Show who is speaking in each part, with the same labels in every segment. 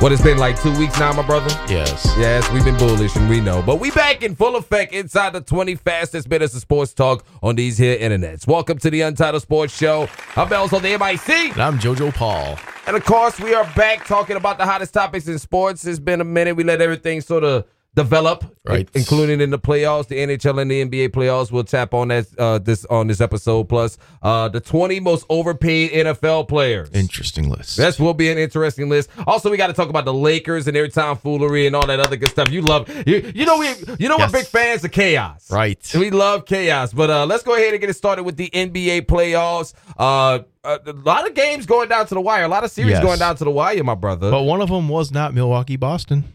Speaker 1: What it's been like two weeks now, my brother?
Speaker 2: Yes.
Speaker 1: Yes, we've been bullish and we know. But we back in full effect inside the 20 fastest minutes of sports talk on these here internets. Welcome to the Untitled Sports Show. I'm Bells on the MIC.
Speaker 2: And I'm JoJo Paul.
Speaker 1: And of course, we are back talking about the hottest topics in sports. It's been a minute. We let everything sort of develop,
Speaker 2: Right.
Speaker 1: in- including in the playoffs, the NHL and the NBA playoffs. We'll tap on that uh, this on this episode. Plus, uh, the 20 most overpaid NFL players.
Speaker 2: Interesting list.
Speaker 1: This will be an interesting list. Also, we got to talk about the Lakers and their tomfoolery and all that other good stuff. You love you. You know we. You know
Speaker 2: Yes.
Speaker 1: we're big fans of chaos,
Speaker 2: Right.
Speaker 1: We love chaos. But uh, let's go ahead and get it started with the NBA playoffs. Uh, a a lot of games going down to the wire. A lot of series
Speaker 2: Yes.
Speaker 1: going down to the wire, my brother.
Speaker 2: But one of them was not Milwaukee Boston.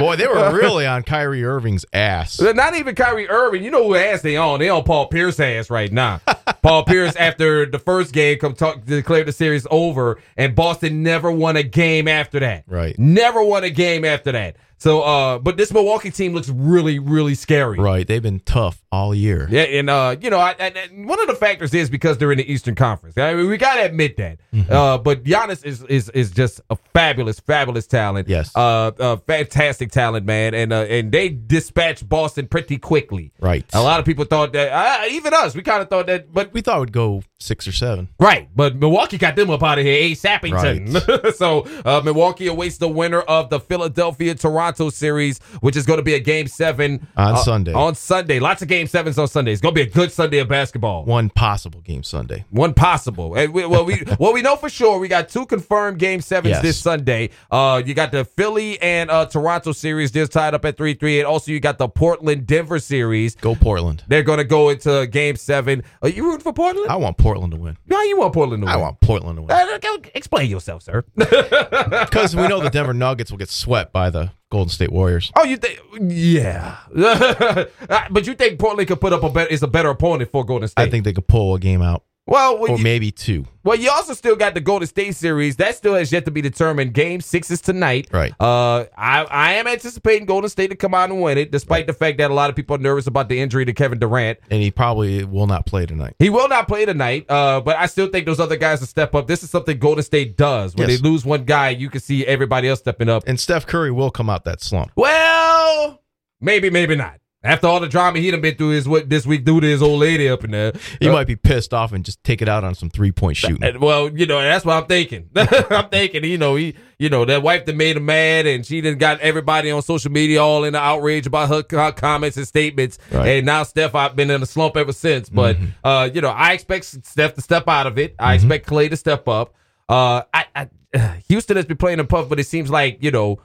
Speaker 2: Boy, they were really on Kyrie Irving's ass.
Speaker 1: They're Not even Kyrie Irving. You know who ass they on? They on Paul Pierce ass right now. Paul Pierce, after the first game, come talk, declared the series over, and Boston never won a game after that.
Speaker 2: Right.
Speaker 1: Never won a game after that. So, uh, but this Milwaukee team looks really, really scary.
Speaker 2: Right. They've been tough all year.
Speaker 1: Yeah, and uh, you know, I, I, I- one of the factors is because they're in the Eastern Conference. I mean, we gotta admit that.
Speaker 2: Mm-hmm.
Speaker 1: Uh, but Giannis is is is just a fabulous, fabulous talent.
Speaker 2: Yes.
Speaker 1: uh, uh fantastic talent, man. And uh, and they dispatched Boston pretty quickly.
Speaker 2: Right.
Speaker 1: A lot of people thought that, uh, even us, we kind of thought that, but
Speaker 2: We thought it would go six or seven.
Speaker 1: Right, but Milwaukee got them up out of here ASAPington. so uh, Milwaukee awaits the winner of the Philadelphia Toronto series, which is going to be a game seven
Speaker 2: On
Speaker 1: uh,
Speaker 2: Sunday.
Speaker 1: On Sunday, lots of game sevens on Sunday. It's going to be a good Sunday of basketball. One,
Speaker 2: One possible game Sunday.
Speaker 1: possible. And we, well, we well we know for sure we got two confirmed game sevens
Speaker 2: Yes.
Speaker 1: this Sunday. Uh, you got the Philly and uh, Toronto series just tied up at three three, and also you got the Portland Denver series.
Speaker 2: Go Portland.
Speaker 1: They're going to go into game seven. Are you rooting for Portland?
Speaker 2: I want Portland to win.
Speaker 1: Why you want Portland to win?
Speaker 2: I want Portland to win.
Speaker 1: Uh, go- explain yourself, sir.
Speaker 2: Because we know the Denver Nuggets will get swept by the Golden State Warriors.
Speaker 1: oh, you think? Yeah, Uh, but you think Portland could put up a better is a better opponent for Golden State?
Speaker 2: I think they could pull a game out,
Speaker 1: Well, well
Speaker 2: or
Speaker 1: you,
Speaker 2: maybe two.
Speaker 1: well, you also still got the Golden State series that still has yet to be determined. Game six is tonight.
Speaker 2: Right.
Speaker 1: Uh, I I am anticipating Golden State to come out and win it, despite the fact that a lot of people are nervous about the injury to Kevin Durant.
Speaker 2: And he probably will not play tonight.
Speaker 1: He will not play tonight, uh, but I still think those other guys will step up. This is something Golden State does. When
Speaker 2: Yes.
Speaker 1: they lose one guy, you can see everybody else stepping up.
Speaker 2: And Steph Curry will come out that slump.
Speaker 1: Well, maybe, maybe not. After all the drama he done been through is what this week due to his old lady up in there.
Speaker 2: He might be pissed off and just take it out on some three point shooting.
Speaker 1: And, well, you know, that's what I'm thinking. I'm thinking, you know, he, you know, that wife that made him mad, and she done got everybody on social media all in the outrage about her, her comments and statements.
Speaker 2: Right.
Speaker 1: And now Steph, I've been in a slump ever since. But uh, you know, I expect Steph to step out of it. I expect Clay to step up. Uh, I, I Houston has been playing a puff, but it seems like you know,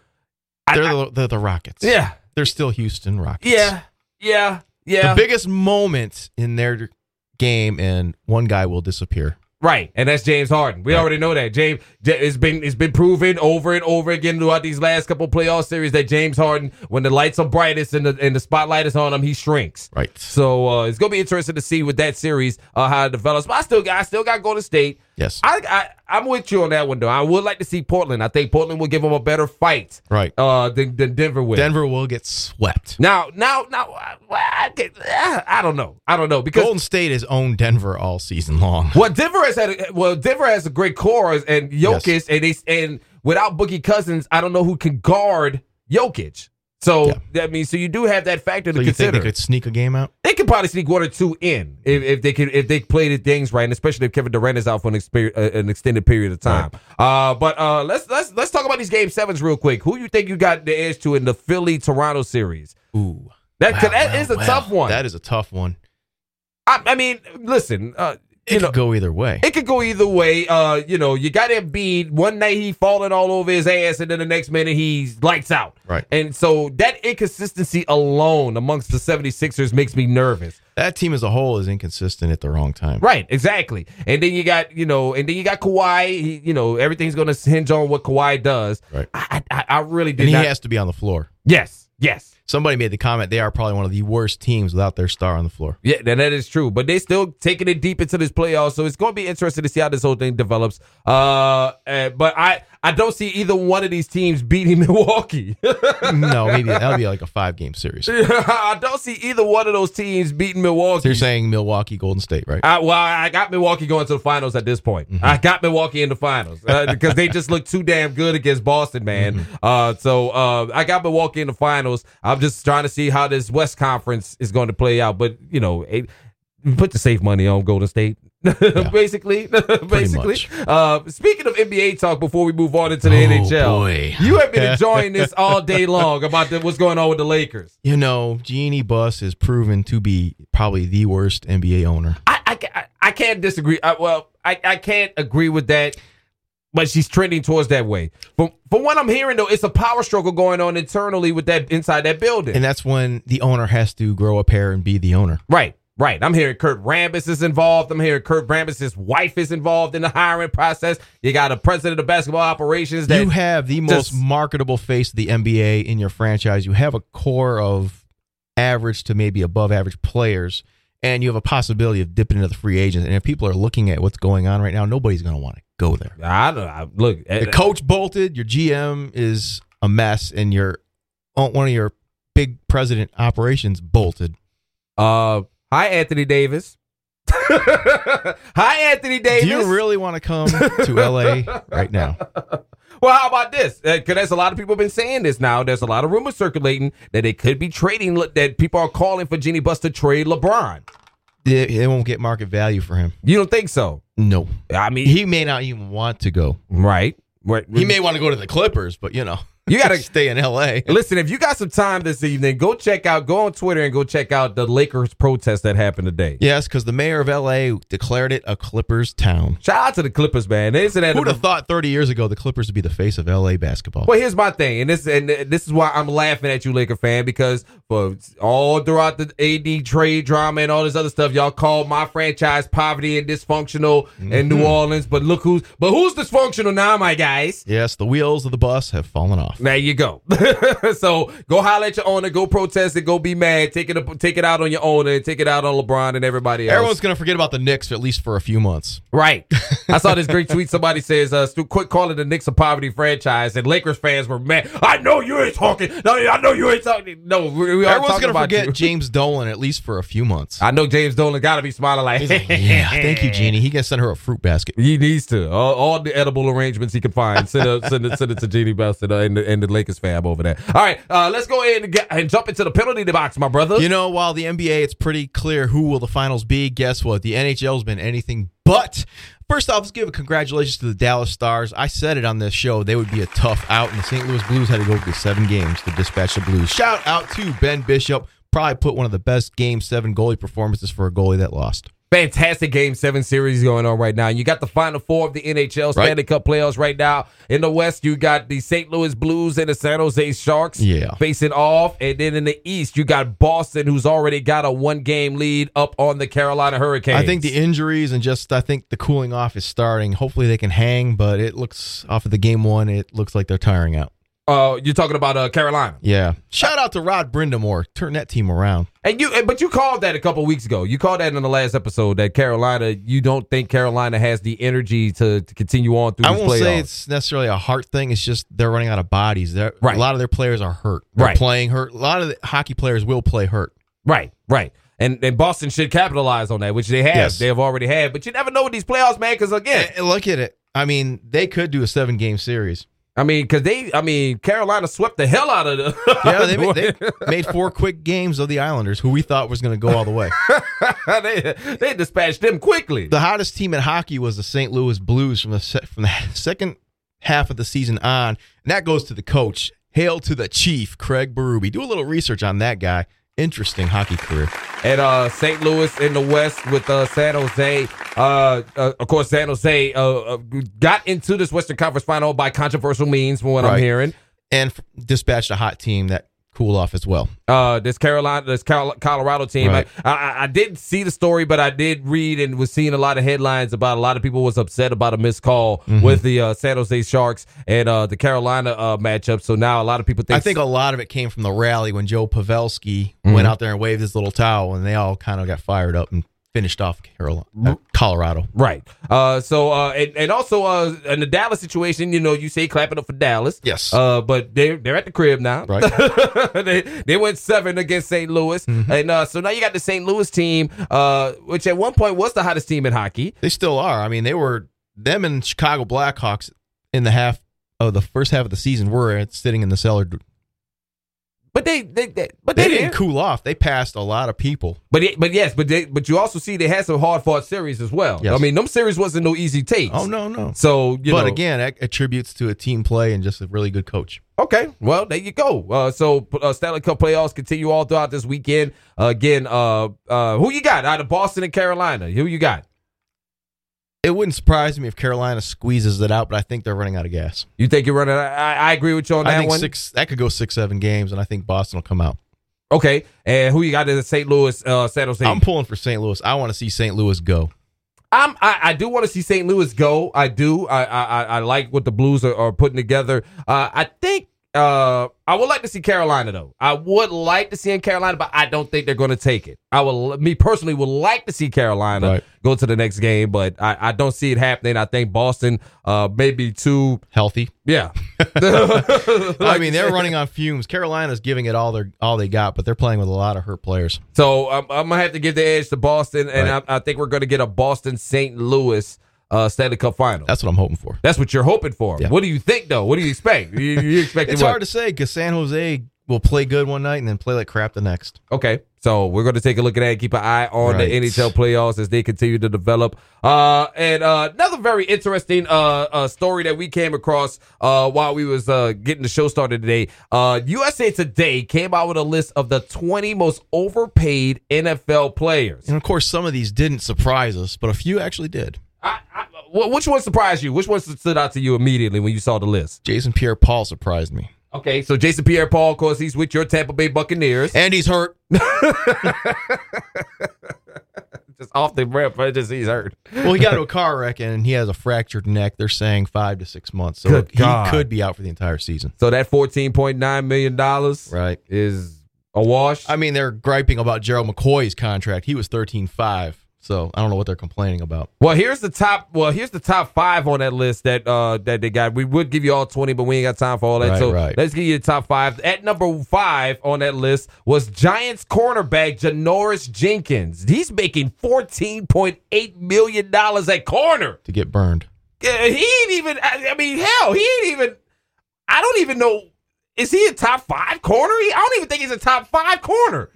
Speaker 1: I-
Speaker 2: They're the, they're the Rockets.
Speaker 1: yeah,
Speaker 2: They're still Houston Rockets.
Speaker 1: yeah, yeah, yeah.
Speaker 2: The biggest moment in their game, and one guy will disappear.
Speaker 1: Right, and that's James Harden. We already know that. James, J- it's been it's been proven over and over again throughout these last couple playoff series that James Harden, when the lights are brightest and the and the spotlight is on him, he shrinks.
Speaker 2: Right.
Speaker 1: So uh, it's gonna be interesting to see with that series uh, how it develops. But I still got I still got Golden State.
Speaker 2: Yes.
Speaker 1: I, I I'm with you on that one though. I would like to see Portland. I think Portland will give them a better fight.
Speaker 2: Right.
Speaker 1: Uh, than, than Denver will.
Speaker 2: Denver will get swept.
Speaker 1: Now, now, now, I, I, I- I don't know. I don't know because
Speaker 2: Golden State has owned Denver all season long.
Speaker 1: Well, Denver has had a, well, Denver has a great core and Jokic,
Speaker 2: Yes.
Speaker 1: and they and without Boogie Cousins, I don't know who can guard Jokic. So
Speaker 2: Yeah.
Speaker 1: that means so you do have that factor to
Speaker 2: So you think
Speaker 1: consider.
Speaker 2: they
Speaker 1: They
Speaker 2: could sneak a game out?
Speaker 1: could probably sneak one or two in if, if they could if they play the things right, and especially if Kevin Durant is out for an, exper- uh, an extended period of time. Uh, but uh, let's let's let's talk about these game sevens real quick. Who you think you got the edge to in the Philly Toronto series?
Speaker 2: Ooh.
Speaker 1: That
Speaker 2: Wow,
Speaker 1: that is
Speaker 2: wow,
Speaker 1: a
Speaker 2: wow.
Speaker 1: tough one.
Speaker 2: That is a tough one.
Speaker 1: I, I mean, listen, uh,
Speaker 2: It
Speaker 1: you
Speaker 2: could
Speaker 1: know,
Speaker 2: go either way.
Speaker 1: It could go either way. Uh, you know, you got Embiid. One night he falling all over his ass, and then the next minute he's lights out.
Speaker 2: Right.
Speaker 1: And so that inconsistency alone amongst the 76ers makes me nervous.
Speaker 2: that team as a whole is inconsistent at the wrong time.
Speaker 1: Right, exactly. And then you got, you know, and then you got Kawhi. He, you know, everything's going to hinge on what Kawhi does.
Speaker 2: Right.
Speaker 1: I, I, I really did
Speaker 2: And he
Speaker 1: not.
Speaker 2: has to be on the floor.
Speaker 1: yes, yes.
Speaker 2: Somebody made the comment they are probably one of the worst teams without their star on the floor.
Speaker 1: Yeah, and that is true. But they still taking it deep into this playoff, so it's going to be interesting to see how this whole thing develops. Uh, and- but I I don't see either one of these teams beating Milwaukee.
Speaker 2: no, maybe that'll be like a five game series. So
Speaker 1: I don't see either one of those teams beating Milwaukee.
Speaker 2: you're saying Milwaukee, Golden State, right?
Speaker 1: I, well, I got Milwaukee going to the finals at this point.
Speaker 2: Mm-hmm.
Speaker 1: I got Milwaukee in the finals uh, because they just look too damn good against Boston, man.
Speaker 2: Mm-hmm.
Speaker 1: Uh, so uh, I got Milwaukee in the finals. I'm just trying to see how this West Conference is going to play out. But you know, it, put the safe money on Golden State. basically, basically.
Speaker 2: much.
Speaker 1: Uh, speaking of NBA talk, before we move on into the
Speaker 2: Oh,
Speaker 1: NHL,
Speaker 2: boy.
Speaker 1: you have been enjoying this all day long about the, what's going on with the Lakers.
Speaker 2: You know, Genie Bus is proven to be probably the worst NBA owner.
Speaker 1: I, I, ca- I can't disagree. I, well, I, I can't agree with that, but she's trending towards that way. From from what I'm hearing though, it's a power struggle going on internally with that inside that building.
Speaker 2: And that's when the owner has to grow a pair and be the owner.
Speaker 1: right, right. I'm hearing Kurt Rambis is involved. I'm hearing Kurt Rambis' wife is involved in the hiring process. You got a president of basketball operations that
Speaker 2: you have the
Speaker 1: just-
Speaker 2: most marketable face of the NBA in your franchise. You have a core of average to maybe above average players, and you have a possibility of dipping into the free agents. And if people are looking at what's going on right now, nobody's going to want to go there.
Speaker 1: I don't I, look. eh,
Speaker 2: The coach bolted. Your GM is a mess, and your uh, one of your big president operations bolted.
Speaker 1: Uh, hi Anthony Davis. hi Anthony Davis.
Speaker 2: Do you really want to come to LA right now?
Speaker 1: Well, how about this? Because there's a lot of people been saying this now. There's a lot of rumors circulating that they could be trading. Le- That people are calling for Jeannie Buss to trade LeBron.
Speaker 2: It, it won't get market value for him.
Speaker 1: You don't think so?
Speaker 2: No,
Speaker 1: I mean,
Speaker 2: he may not even want to go.
Speaker 1: right? Right.
Speaker 2: He may want to go to the Clippers, but you know,
Speaker 1: You gotta-
Speaker 2: stay in L.A.
Speaker 1: Listen, if you got some time this evening, go check out, go on Twitter and go check out the Lakers protest that happened today.
Speaker 2: Yes, because the mayor of L.A. declared it a Clippers town.
Speaker 1: Shout out to the Clippers, man. Isn't that
Speaker 2: Who'd have thought 30 years ago the Clippers would be the face of L.A. basketball?
Speaker 1: Well, here's my thing, and this and this is why I'm laughing at you, Laker fan, because for all throughout the AD trade drama and all this other stuff, y'all called my franchise poverty and dysfunctional in New Orleans. But look who's but who's dysfunctional now, my guys.
Speaker 2: Yes, the wheels of the bus have fallen off.
Speaker 1: There you go. so go holler at your owner, go protest it, go be mad, take it up, take it out on your owner, and take it out on LeBron and everybody else.
Speaker 2: Everyone's going to forget about the Knicks for at least for a few months.
Speaker 1: Right. I saw this great tweet. Somebody says, uh, Stu, quit calling the Knicks a poverty franchise. And Lakers fans were mad. I know you ain't talking. No, I know you ain't talking. No, we, we are talking
Speaker 2: Everyone's going to
Speaker 1: about
Speaker 2: forget
Speaker 1: you.
Speaker 2: James Dolan at least for a few months.
Speaker 1: I know James Dolan got to be smiling like,
Speaker 2: He's like, yeah, thank you, Jeannie. He can send her a fruit basket.
Speaker 1: He needs to. All, all the edible arrangements he can find. Send, a, send, it, send it to Jeannie Best and, uh, and, the, and the Lakers fab over there. All right, uh, let's go ahead and, get, and jump into the penalty box, my brother.
Speaker 2: You know, while the NBA, it's pretty clear who will the finals be. Guess what? The NHL's been anything but. First off, let's give a congratulations to the Dallas Stars. I said it on this show; they would be a tough out, and the St. Louis Blues had to go to seven games to dispatch the Blues. Shout out to Ben Bishop. Probably put one of the best Game Seven goalie performances for a goalie that lost.
Speaker 1: Fantastic Game 7 series going on right now. You got the Final Four of the NHL
Speaker 2: Right.
Speaker 1: Stanley Cup playoffs right now. In the West, you got the St. Louis Blues and the San Jose Sharks
Speaker 2: Yeah.
Speaker 1: facing off. And then in the East, you got Boston, who's already got a one game lead up on the Carolina Hurricanes.
Speaker 2: I think the injuries and just I think the cooling off is starting. Hopefully, they can hang, but it looks off of the game one. It looks like they're tiring out.
Speaker 1: uh, you're talking about uh, Carolina.
Speaker 2: Yeah. Shout out to Rod Brindamore. Turn that team around.
Speaker 1: And you, and- but you called that a couple weeks ago. You called that in the last episode that Carolina. You don't think Carolina has the energy to, to continue on through.
Speaker 2: I
Speaker 1: this
Speaker 2: won't
Speaker 1: playoffs.
Speaker 2: say it's necessarily a heart thing. It's just they're running out of bodies. They're,
Speaker 1: Right.
Speaker 2: A lot of their players are hurt. They're
Speaker 1: Right.
Speaker 2: Playing hurt. A lot of the hockey players will play hurt.
Speaker 1: Right, right. And and Boston should capitalize on that, which they have.
Speaker 2: Yes.
Speaker 1: They have already had. But you never know with these playoffs, man, because again,
Speaker 2: And Eh, look at it. I mean, they could do a seven game series.
Speaker 1: I mean, because they, I mean, Carolina swept the hell out of the.
Speaker 2: Yeah, they, ma- they made four quick games of the Islanders, who we thought was going to go all the way.
Speaker 1: they, they dispatched them quickly.
Speaker 2: The hottest team in hockey was the St. Louis Blues from the se- from the second half of the season on, and that goes to the coach. Hail to the chief, Craig Berube. Do a little research on that guy. Interesting hockey career.
Speaker 1: at uh, St. Louis in the West with uh, San Jose. Uh, uh, of course, San Jose uh, uh, got into this Western Conference final by controversial means, from what I'm
Speaker 2: Right.
Speaker 1: hearing.
Speaker 2: and f- dispatched a hot team that cool off as well.
Speaker 1: uh, this Carolina, this Col- Colorado team.
Speaker 2: Right.
Speaker 1: I, I I didn't see the story, but I did read and was seeing a lot of headlines about a lot of people was upset about a missed call
Speaker 2: Mm-hmm.
Speaker 1: with the uh, San Jose Sharks and uh, the Carolina uh, matchup. So now a lot of people think
Speaker 2: I think a lot of it came from the rally when Joe Pavelski went out there and waved his little towel, and they all kind of got fired up and finished off Carol- uh, Colorado.
Speaker 1: Right. Uh, so uh, and, and also uh, in the Dallas situation, you know, you say clapping up for Dallas.
Speaker 2: Yes.
Speaker 1: Uh, but they're they're at the crib now.
Speaker 2: Right. Mm-hmm.
Speaker 1: they they went seven against St. Louis, and uh, so now you got the St. Louis team, uh, which at one point was the hottest team in hockey.
Speaker 2: They still are. I mean, they were them and Chicago Blackhawks in the half of the first half of the season were sitting in the cellar.
Speaker 1: But they, they, they but
Speaker 2: They
Speaker 1: they,
Speaker 2: didn't cool off. They passed a lot of people.
Speaker 1: But it, but yes, but they, but you also see they had some hard fought series as well.
Speaker 2: Yes.
Speaker 1: I mean, them series wasn't no easy takes.
Speaker 2: Oh no, no.
Speaker 1: So you
Speaker 2: but
Speaker 1: know,
Speaker 2: again, that attributes to a team play and just a really good coach.
Speaker 1: Okay, well there you go. Uh, so uh, Stanley Cup playoffs continue all throughout this weekend. Uh, again, uh, uh, who you got out of Boston and Carolina? Who you got?
Speaker 2: It wouldn't surprise me if Carolina squeezes it out, but I think they're running out of gas.
Speaker 1: You think you're running? I, I agree with you on
Speaker 2: I
Speaker 1: that
Speaker 2: think
Speaker 1: one.
Speaker 2: six that could go six, seven games, and I think Boston will come out.
Speaker 1: Okay, and who you got in St. Louis, uh, San Jose?
Speaker 2: I'm pulling for St. Louis. I want to see St. Louis go.
Speaker 1: I'm, I, I do want to see St. Louis go. I do. I I, I- I like what the Blues are, are putting together. Uh, I think uh, I would like to see Carolina though. I would like to see in Carolina, but I don't think they're going to take it. I will. Me personally would like to see Carolina
Speaker 2: Right.
Speaker 1: go to the next game, but I, I don't see it happening. I think Boston uh, maybe too.
Speaker 2: Healthy.
Speaker 1: Yeah.
Speaker 2: I mean, they're running on fumes. Carolina's giving it all their all they got, but they're playing with a lot of hurt players.
Speaker 1: So I'm, I'm gonna have to give the edge to Boston, and
Speaker 2: Right.
Speaker 1: I, I think we're gonna get a Boston St. Louis uh, Stanley Cup final.
Speaker 2: That's what I'm hoping for.
Speaker 1: That's what you're hoping for.
Speaker 2: Yeah.
Speaker 1: What do you think though? What do you expect? You, you expecting
Speaker 2: It's
Speaker 1: what?
Speaker 2: hard to say because San Jose will play good one night and then play like crap the next.
Speaker 1: okay, so we're going to take a look at that and keep an eye on
Speaker 2: Right.
Speaker 1: the NHL playoffs as they continue to develop. Uh, and uh, another very interesting uh, uh story that we came across uh while we was uh getting the show started today. Uh, USA Today came out with a list of the 20 most overpaid NFL players.
Speaker 2: And of course, some of these didn't surprise us, but a few actually did.
Speaker 1: I, I, wh- which one surprised you? Which one stood out to you immediately when you saw the list?
Speaker 2: Jason Pierre Paul surprised me.
Speaker 1: Okay, so Jason Pierre-Paul, of course, he's with your Tampa Bay Buccaneers.
Speaker 2: And he's hurt.
Speaker 1: just off the rip, but just he's hurt.
Speaker 2: Well, he got into a car wreck and he has a fractured neck. They're saying five to six months. So
Speaker 1: Good
Speaker 2: he
Speaker 1: God.
Speaker 2: could be out for the entire season.
Speaker 1: So that fourteen point nine million dollars
Speaker 2: Right.
Speaker 1: is a wash.
Speaker 2: I mean, they're griping about Gerald McCoy's contract. He was thirteen five. So I don't know what they're complaining about.
Speaker 1: well, here's the top. Well, here's the top five on that list that uh that they got. We would give you all twenty, but we ain't got time for all that.
Speaker 2: Right,
Speaker 1: so
Speaker 2: right.
Speaker 1: let's give you the top five. At number five on that list was Giants cornerback Janoris Jenkins. He's making fourteen point eight million dollars at corner.
Speaker 2: To get burned.
Speaker 1: Yeah, he ain't even. I, I mean, hell, he ain't even. I don't even know. Is he a top five corner? He, I don't even think he's a top five corner.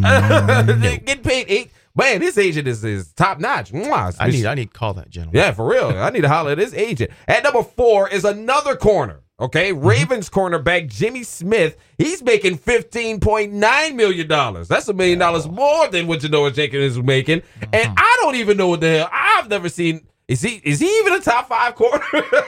Speaker 1: Getting paid eight. Man, this agent is, is top notch. Mwah.
Speaker 2: I need I need to call that gentleman.
Speaker 1: yeah, for real. I need to holler at this agent. At number four is another corner. Okay, Ravens cornerback Jimmy Smith. He's making fifteen point nine million dollars. That's a million dollars more than what Janoris Jenkins is making. And I don't even know what the hell. I've never seen. Is he is he even a top five corner?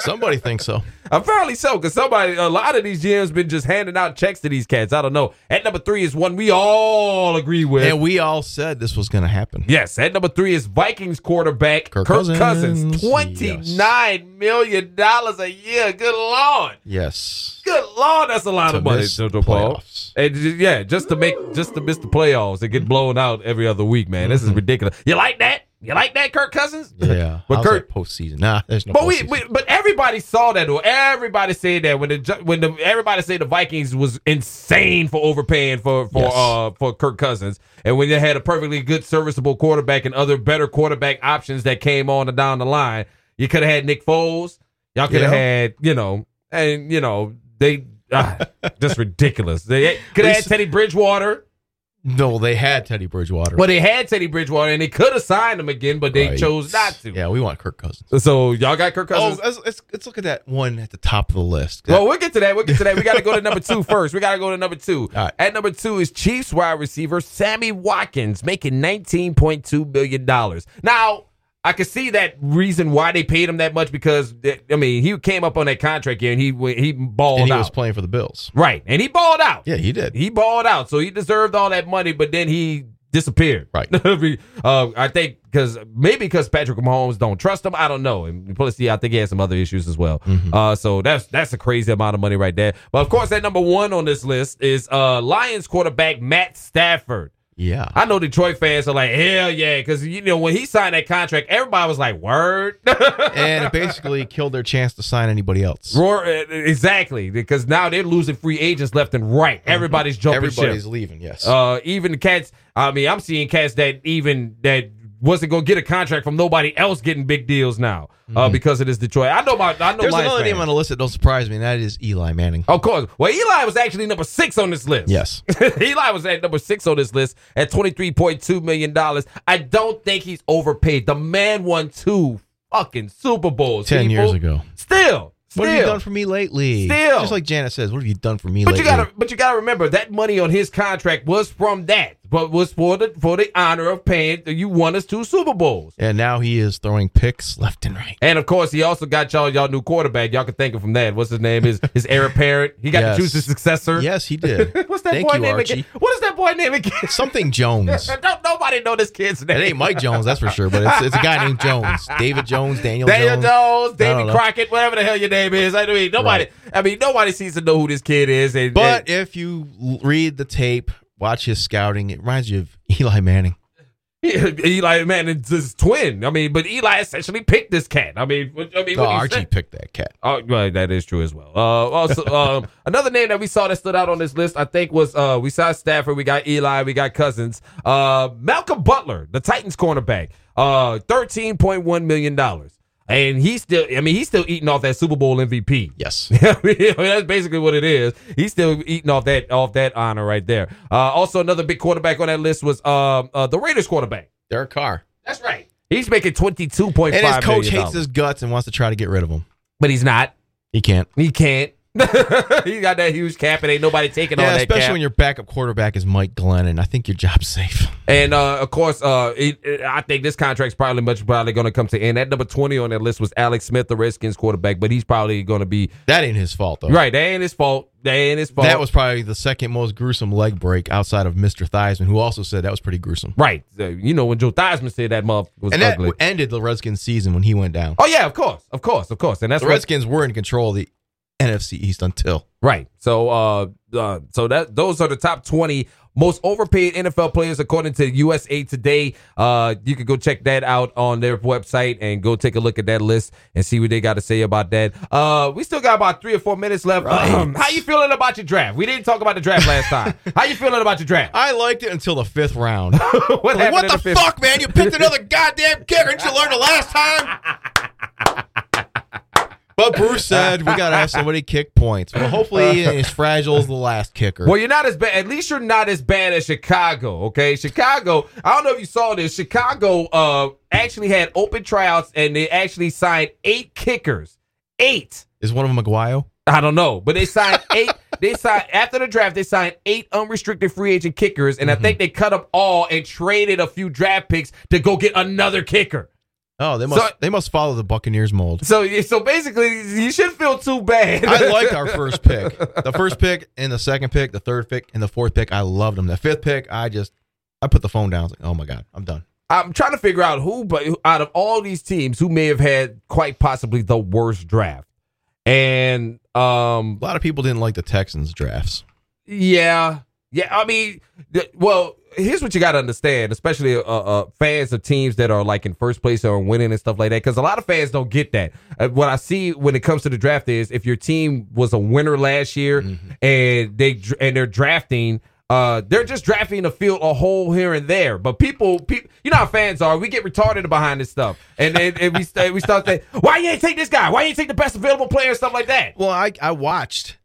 Speaker 2: Somebody thinks so.
Speaker 1: Apparently so, because somebody, a lot of these GMs been just handing out checks to these cats. I don't know. At number three is one we all agree with.
Speaker 2: And we all said this was gonna happen.
Speaker 1: Yes, at number three is Vikings quarterback Kirk,
Speaker 2: Kirk
Speaker 1: Cousins.
Speaker 2: Cousins.
Speaker 1: Twenty nine million dollars a year. Good lord,
Speaker 2: Yes.
Speaker 1: good lord, that's a lot
Speaker 2: To
Speaker 1: of money,
Speaker 2: miss
Speaker 1: Central Paul.
Speaker 2: playoffs.
Speaker 1: And ju- yeah, just to make just to miss the playoffs and get blown out every other week, man. This is ridiculous. You like that? You like that, Kirk Cousins?
Speaker 2: Mm-hmm. Yeah.
Speaker 1: But
Speaker 2: How's that
Speaker 1: Kirk-
Speaker 2: postseason. Nah, there's no
Speaker 1: But we,
Speaker 2: postseason.
Speaker 1: we, but everybody saw that, or everybody said that when the Ju- when the everybody said the Vikings was insane for overpaying for for
Speaker 2: Yes.
Speaker 1: uh for Kirk Cousins, and when they had a perfectly good serviceable quarterback and other better quarterback options that came on and down the line, you could have had Nick Foles, y'all could have
Speaker 2: Yeah.
Speaker 1: had you know, and you know they ah, just ridiculous. They could have had
Speaker 2: Lisa-
Speaker 1: Teddy Bridgewater.
Speaker 2: No, they had Teddy Bridgewater.
Speaker 1: Well, they had Teddy Bridgewater, and they could have signed him again, but they
Speaker 2: Right.
Speaker 1: chose not to.
Speaker 2: Yeah, we want Kirk Cousins.
Speaker 1: So y'all got Kirk Cousins.
Speaker 2: Oh, let's, let's, let's look at that one at the top of the list.
Speaker 1: Well, we'll get to that. We'll get to that. We got to go to number two first. We got to go to number two.
Speaker 2: All right.
Speaker 1: At number two is Chiefs wide receiver Sammy Watkins making $19.2 million. Now, I could see that reason why they paid him that much because I mean he came up on that contract year and he he balled
Speaker 2: and he
Speaker 1: out.
Speaker 2: was playing for the Bills.
Speaker 1: Right. And he balled out.
Speaker 2: Yeah, he did.
Speaker 1: He balled out. So he deserved all that money, but then he disappeared.
Speaker 2: Right.
Speaker 1: uh, I think because maybe because Patrick Mahomes don't trust him. I don't know. And plus, he, I think he has some other issues as well. Uh, so that's that's a crazy amount of money right there. But of course, at number one on this list is uh, Lions quarterback Matt Stafford.
Speaker 2: yeah.
Speaker 1: I know Detroit fans are like, hell yeah, because you know when he signed that contract, everybody was like, word.
Speaker 2: and it basically killed their chance to sign anybody else.
Speaker 1: Roar, uh, exactly, because now they're losing free agents left and right. Everybody's jumping ship.
Speaker 2: Everybody's leaving, yes.
Speaker 1: Uh, even the cats. I mean, I'm seeing cats that even that wasn't gonna get a contract from nobody else getting big deals now uh, because of this Detroit. I know my. I know.
Speaker 2: Mm-hmm. There's
Speaker 1: Lions
Speaker 2: another name
Speaker 1: fans.
Speaker 2: on the list that don't surprise me, and that is Eli Manning.
Speaker 1: Of course. Well, Eli was actually number six on this list.
Speaker 2: Yes.
Speaker 1: Eli was at number six on this list at twenty three point two million dollars. I don't think he's overpaid. The man won two fucking Super Bowls
Speaker 2: Ten
Speaker 1: people.
Speaker 2: years ago.
Speaker 1: Still, still.
Speaker 2: What have you done for me lately?
Speaker 1: Still.
Speaker 2: Just like Janet says, what have you done for me
Speaker 1: But
Speaker 2: lately?
Speaker 1: you gotta, but you gotta remember that money on his contract was from that, but was for the for the honor of paying. You won us two Super Bowls,
Speaker 2: and now he is throwing picks left and right.
Speaker 1: and of course he also got y'all y'all new quarterback. Y'all can thank him from that. What's his name? His his heir apparent. He got
Speaker 2: Yes.
Speaker 1: to choose his successor.
Speaker 2: Yes, he did.
Speaker 1: What's that
Speaker 2: Thank
Speaker 1: boy
Speaker 2: you,
Speaker 1: name
Speaker 2: Archie.
Speaker 1: again? What is that boy name again?
Speaker 2: Something Jones. It
Speaker 1: Don't, nobody know this kid's name.
Speaker 2: ain't Mike Jones, that's for sure, but it's, it's a guy named Jones. David Jones, Daniel,
Speaker 1: Daniel
Speaker 2: Jones.
Speaker 1: Jones, David
Speaker 2: know.
Speaker 1: Crockett, whatever the hell your name is. I mean, nobody. I mean, nobody seems to know who this kid is. And,
Speaker 2: But if you l- read the tape, watch his scouting, it reminds you of Eli Manning.
Speaker 1: and Eli, man, it's his twin. I mean, but Eli essentially picked this cat. I mean, what- I mean,
Speaker 2: Oh,
Speaker 1: what do you
Speaker 2: Archie
Speaker 1: say?
Speaker 2: picked that cat.
Speaker 1: Oh, well, that is true as well. Uh, also, um, another name that we saw that stood out on this list, I think, was uh, we saw Stafford, we got Eli, we got Cousins, uh, Malcolm Butler, the Titans cornerback, uh, thirteen point one million dollars, and he's still, I mean, he's still eating off that Super Bowl MVP.
Speaker 2: Yes.
Speaker 1: I mean, that's basically what it is. He's still eating off that off that honor right there. Uh, also, another big quarterback on that list was um, uh, the Raiders quarterback.
Speaker 2: Derek Carr.
Speaker 1: That's right. He's making twenty two point five
Speaker 2: And
Speaker 1: million.
Speaker 2: his coach hates
Speaker 1: dollars.
Speaker 2: his guts and wants to try to get rid of him.
Speaker 1: but he's not.
Speaker 2: He can't.
Speaker 1: He can't. he got that huge cap, and ain't nobody taking on
Speaker 2: Yeah,
Speaker 1: that
Speaker 2: especially
Speaker 1: cap.
Speaker 2: when your backup quarterback is Mike Glennon. I think your job's safe.
Speaker 1: and uh, of course, uh, it, it- I think this contract's probably much probably going to come to end. At number twenty on that list was Alex Smith, the Redskins quarterback, but he's probably going to be
Speaker 2: That ain't his fault, though.
Speaker 1: right. That ain't his fault. That ain't his fault.
Speaker 2: That was probably the second most gruesome leg break outside of Mr. Theismann, who also said that was pretty gruesome.
Speaker 1: right. So, you know when Joe Theismann said that motherfucker was
Speaker 2: And that
Speaker 1: ugly.
Speaker 2: ended the Redskins season when he went down.
Speaker 1: Oh yeah, of course, of course, of course, and that's
Speaker 2: The
Speaker 1: what,
Speaker 2: Redskins were in control of the NFC East until.
Speaker 1: right. So, uh, uh, so that those are the top twenty most overpaid NFL players according to USA Today. Uh, you can go check that out on their website and go take a look at that list and see what they got to say about that. Uh, we still got about three or four minutes left. How you feeling about your draft? We didn't talk about the draft last time. How you feeling about your draft?
Speaker 2: I liked it until the fifth round.
Speaker 1: what
Speaker 2: Like,
Speaker 1: happened
Speaker 2: what
Speaker 1: in
Speaker 2: the,
Speaker 1: fifth-
Speaker 2: fuck, man? You picked another goddamn kicker. Didn't you learn the last time? But Bruce said we gotta have somebody kick points. Well, hopefully he ain't as fragile as the last kicker.
Speaker 1: Well, you're not as bad. At least you're not as bad as Chicago. Okay, Chicago. I don't know if you saw this. Chicago uh actually had open tryouts and they actually signed eight kickers. Eight.
Speaker 2: Is one of them Aguayo?
Speaker 1: I don't know, but they signed eight. They signed after the draft. They signed eight unrestricted free agent kickers, and I think they cut up all and traded a few draft picks to go get another kicker.
Speaker 2: Oh, they must
Speaker 1: So-
Speaker 2: they must follow the Buccaneers mold.
Speaker 1: So, so basically, you shouldn't feel too bad.
Speaker 2: I liked our first pick. The first pick and the second pick, the third pick and the fourth pick, I loved them. The fifth pick, I just I put the phone down. I was like, oh my god, I'm done.
Speaker 1: I'm trying to figure out who, but out of all these teams, who may have had quite possibly the worst draft. And um,
Speaker 2: A lot of people didn't like the Texans drafts.
Speaker 1: yeah, yeah. I mean, th- well, here's what you got to understand, especially uh, uh, fans of teams that are like in first place or winning and stuff like that, because a lot of fans don't get that. Uh, what I see when it comes to the draft is if your team was a winner last year and they dr- and they're drafting. Uh, they're just drafting a field a hole here and there, but people, people, you know how fans are. We get retarded behind this stuff, and, and, and we st- we start saying, "Why you ain't take this guy? Why you ain't take the best available player?" and Stuff like that.
Speaker 2: Well, I, I watched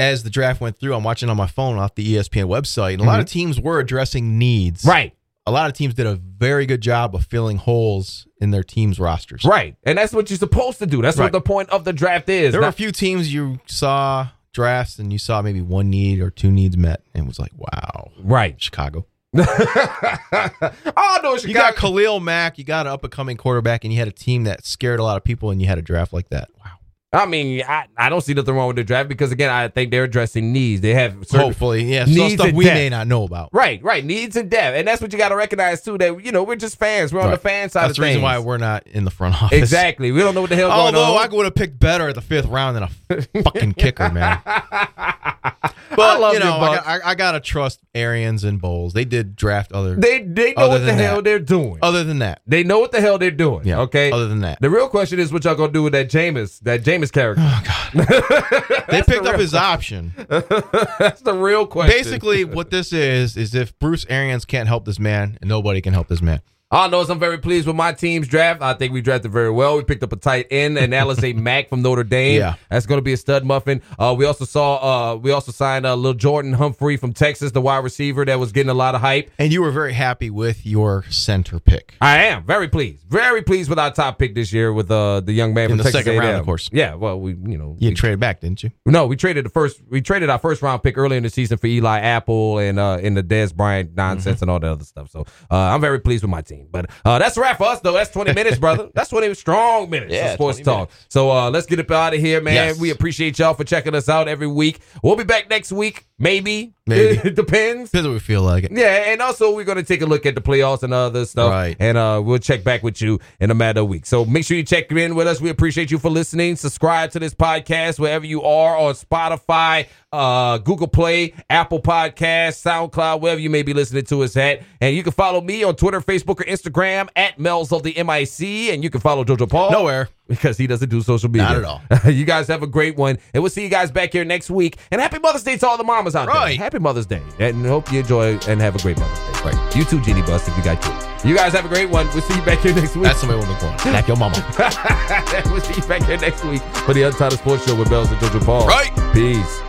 Speaker 2: as the draft went through. I'm watching on my phone off the E ESPN website, and a lot of teams were addressing needs.
Speaker 1: Mm-hmm. Right.
Speaker 2: A lot of teams did a very good job of filling holes in their teams' rosters.
Speaker 1: Right. And that's what you're supposed to do. That's what
Speaker 2: Right.
Speaker 1: the point of the draft is.
Speaker 2: There were a
Speaker 1: Not-
Speaker 2: few teams you saw drafts, and you saw maybe one need or two needs met, and it was like, wow,
Speaker 1: right.
Speaker 2: Chicago.
Speaker 1: I know
Speaker 2: You got Khalil Mack, you got an up and coming quarterback, and you had a team that scared a lot of people, and you had a draft like that. Wow.
Speaker 1: I mean, I, I don't see nothing wrong with the draft because again, I think they're addressing needs. They have certain,
Speaker 2: Hopefully, yeah,
Speaker 1: Needs
Speaker 2: some stuff
Speaker 1: and
Speaker 2: we
Speaker 1: depth.
Speaker 2: may not know about.
Speaker 1: right, right, needs and depth, and that's what you got to recognize too. That you know we're just fans. We're on the
Speaker 2: Right.
Speaker 1: fan side
Speaker 2: That's
Speaker 1: of
Speaker 2: the reason
Speaker 1: things.
Speaker 2: why we're not in the front office.
Speaker 1: exactly. We don't know what the hell going
Speaker 2: Although I
Speaker 1: on.
Speaker 2: would have picked better at the fifth round than a fucking kicker, man. But
Speaker 1: I love
Speaker 2: you
Speaker 1: you,
Speaker 2: know, I,
Speaker 1: Bucks.
Speaker 2: got, I, I gotta trust Arians and Bowles. They did draft other.
Speaker 1: they they know
Speaker 2: Other
Speaker 1: what the
Speaker 2: than
Speaker 1: hell
Speaker 2: that.
Speaker 1: they're doing.
Speaker 2: other than that,
Speaker 1: they know what the hell they're doing.
Speaker 2: yeah.
Speaker 1: Okay.
Speaker 2: Other than that,
Speaker 1: the real question is what y'all gonna do with that Jameis, that Jameis character.
Speaker 2: they picked
Speaker 1: the
Speaker 2: up
Speaker 1: real-
Speaker 2: his option.
Speaker 1: That's the real question.
Speaker 2: Basically, what this is is if Bruce Arians can't help this man, and nobody can help this man.
Speaker 1: I know is I'm very pleased with my team's draft. I think we drafted very well. We picked up a tight end and Alize Mack from Notre Dame.
Speaker 2: Yeah.
Speaker 1: That's going to be a stud muffin. Uh, we also saw uh, we also signed uh, little Jordan Humphrey from Texas, the wide receiver that was getting a lot of hype.
Speaker 2: And you were very happy with your center pick.
Speaker 1: I am very pleased, very pleased with our top pick this year with uh, the young man
Speaker 2: In
Speaker 1: from
Speaker 2: the
Speaker 1: Texas
Speaker 2: second round,
Speaker 1: A&M.
Speaker 2: of course.
Speaker 1: Yeah, well, we you know
Speaker 2: You traded back, didn't you?
Speaker 1: No, we traded the first. We traded our first round pick early in the season for Eli Apple and uh in the Des Bryant nonsense
Speaker 2: Mm-hmm.
Speaker 1: and all the other stuff. So uh, I'm very pleased with my team. But uh, that's a wrap for us though. That's 20 minutes, brother. That's 20 strong minutes
Speaker 2: Yeah,
Speaker 1: of sports
Speaker 2: 20
Speaker 1: talk. So uh, let's get up out of here, man.
Speaker 2: Yes.
Speaker 1: We appreciate y'all for checking us out every week. We'll be back next week, maybe.
Speaker 2: Maybe.
Speaker 1: it depends.
Speaker 2: Because we feel like it.
Speaker 1: Yeah, and also we're gonna take a look at the playoffs and other stuff,
Speaker 2: Right.
Speaker 1: and uh, we'll check back with you in a matter of weeks. So make sure you check in with us. We appreciate you for listening. Subscribe to this podcast wherever you are on Spotify, uh, Google Play, Apple Podcasts, SoundCloud, wherever you may be listening to us at. And you can follow me on Twitter, Facebook, or Instagram at Mel's of the MIC, and you can follow Jojo Paul
Speaker 2: Nowhere.
Speaker 1: because he doesn't do social media.
Speaker 2: Not at all.
Speaker 1: you guys have a great one, and we'll see you guys back here next week. And happy Mother's Day to all the mamas out there.
Speaker 2: Right.
Speaker 1: Happy Mother's Day, and hope you enjoy and have a great Mother's Day. Right. You too, Genie Bus, if you got kids. You guys have a great one. We'll see you back here next week.
Speaker 2: That's the way we'll make one. Smack your mama.
Speaker 1: we'll see you back here next week for the Untitled Sports Show with Bells and Jojo Paul.
Speaker 2: Right.
Speaker 1: Peace.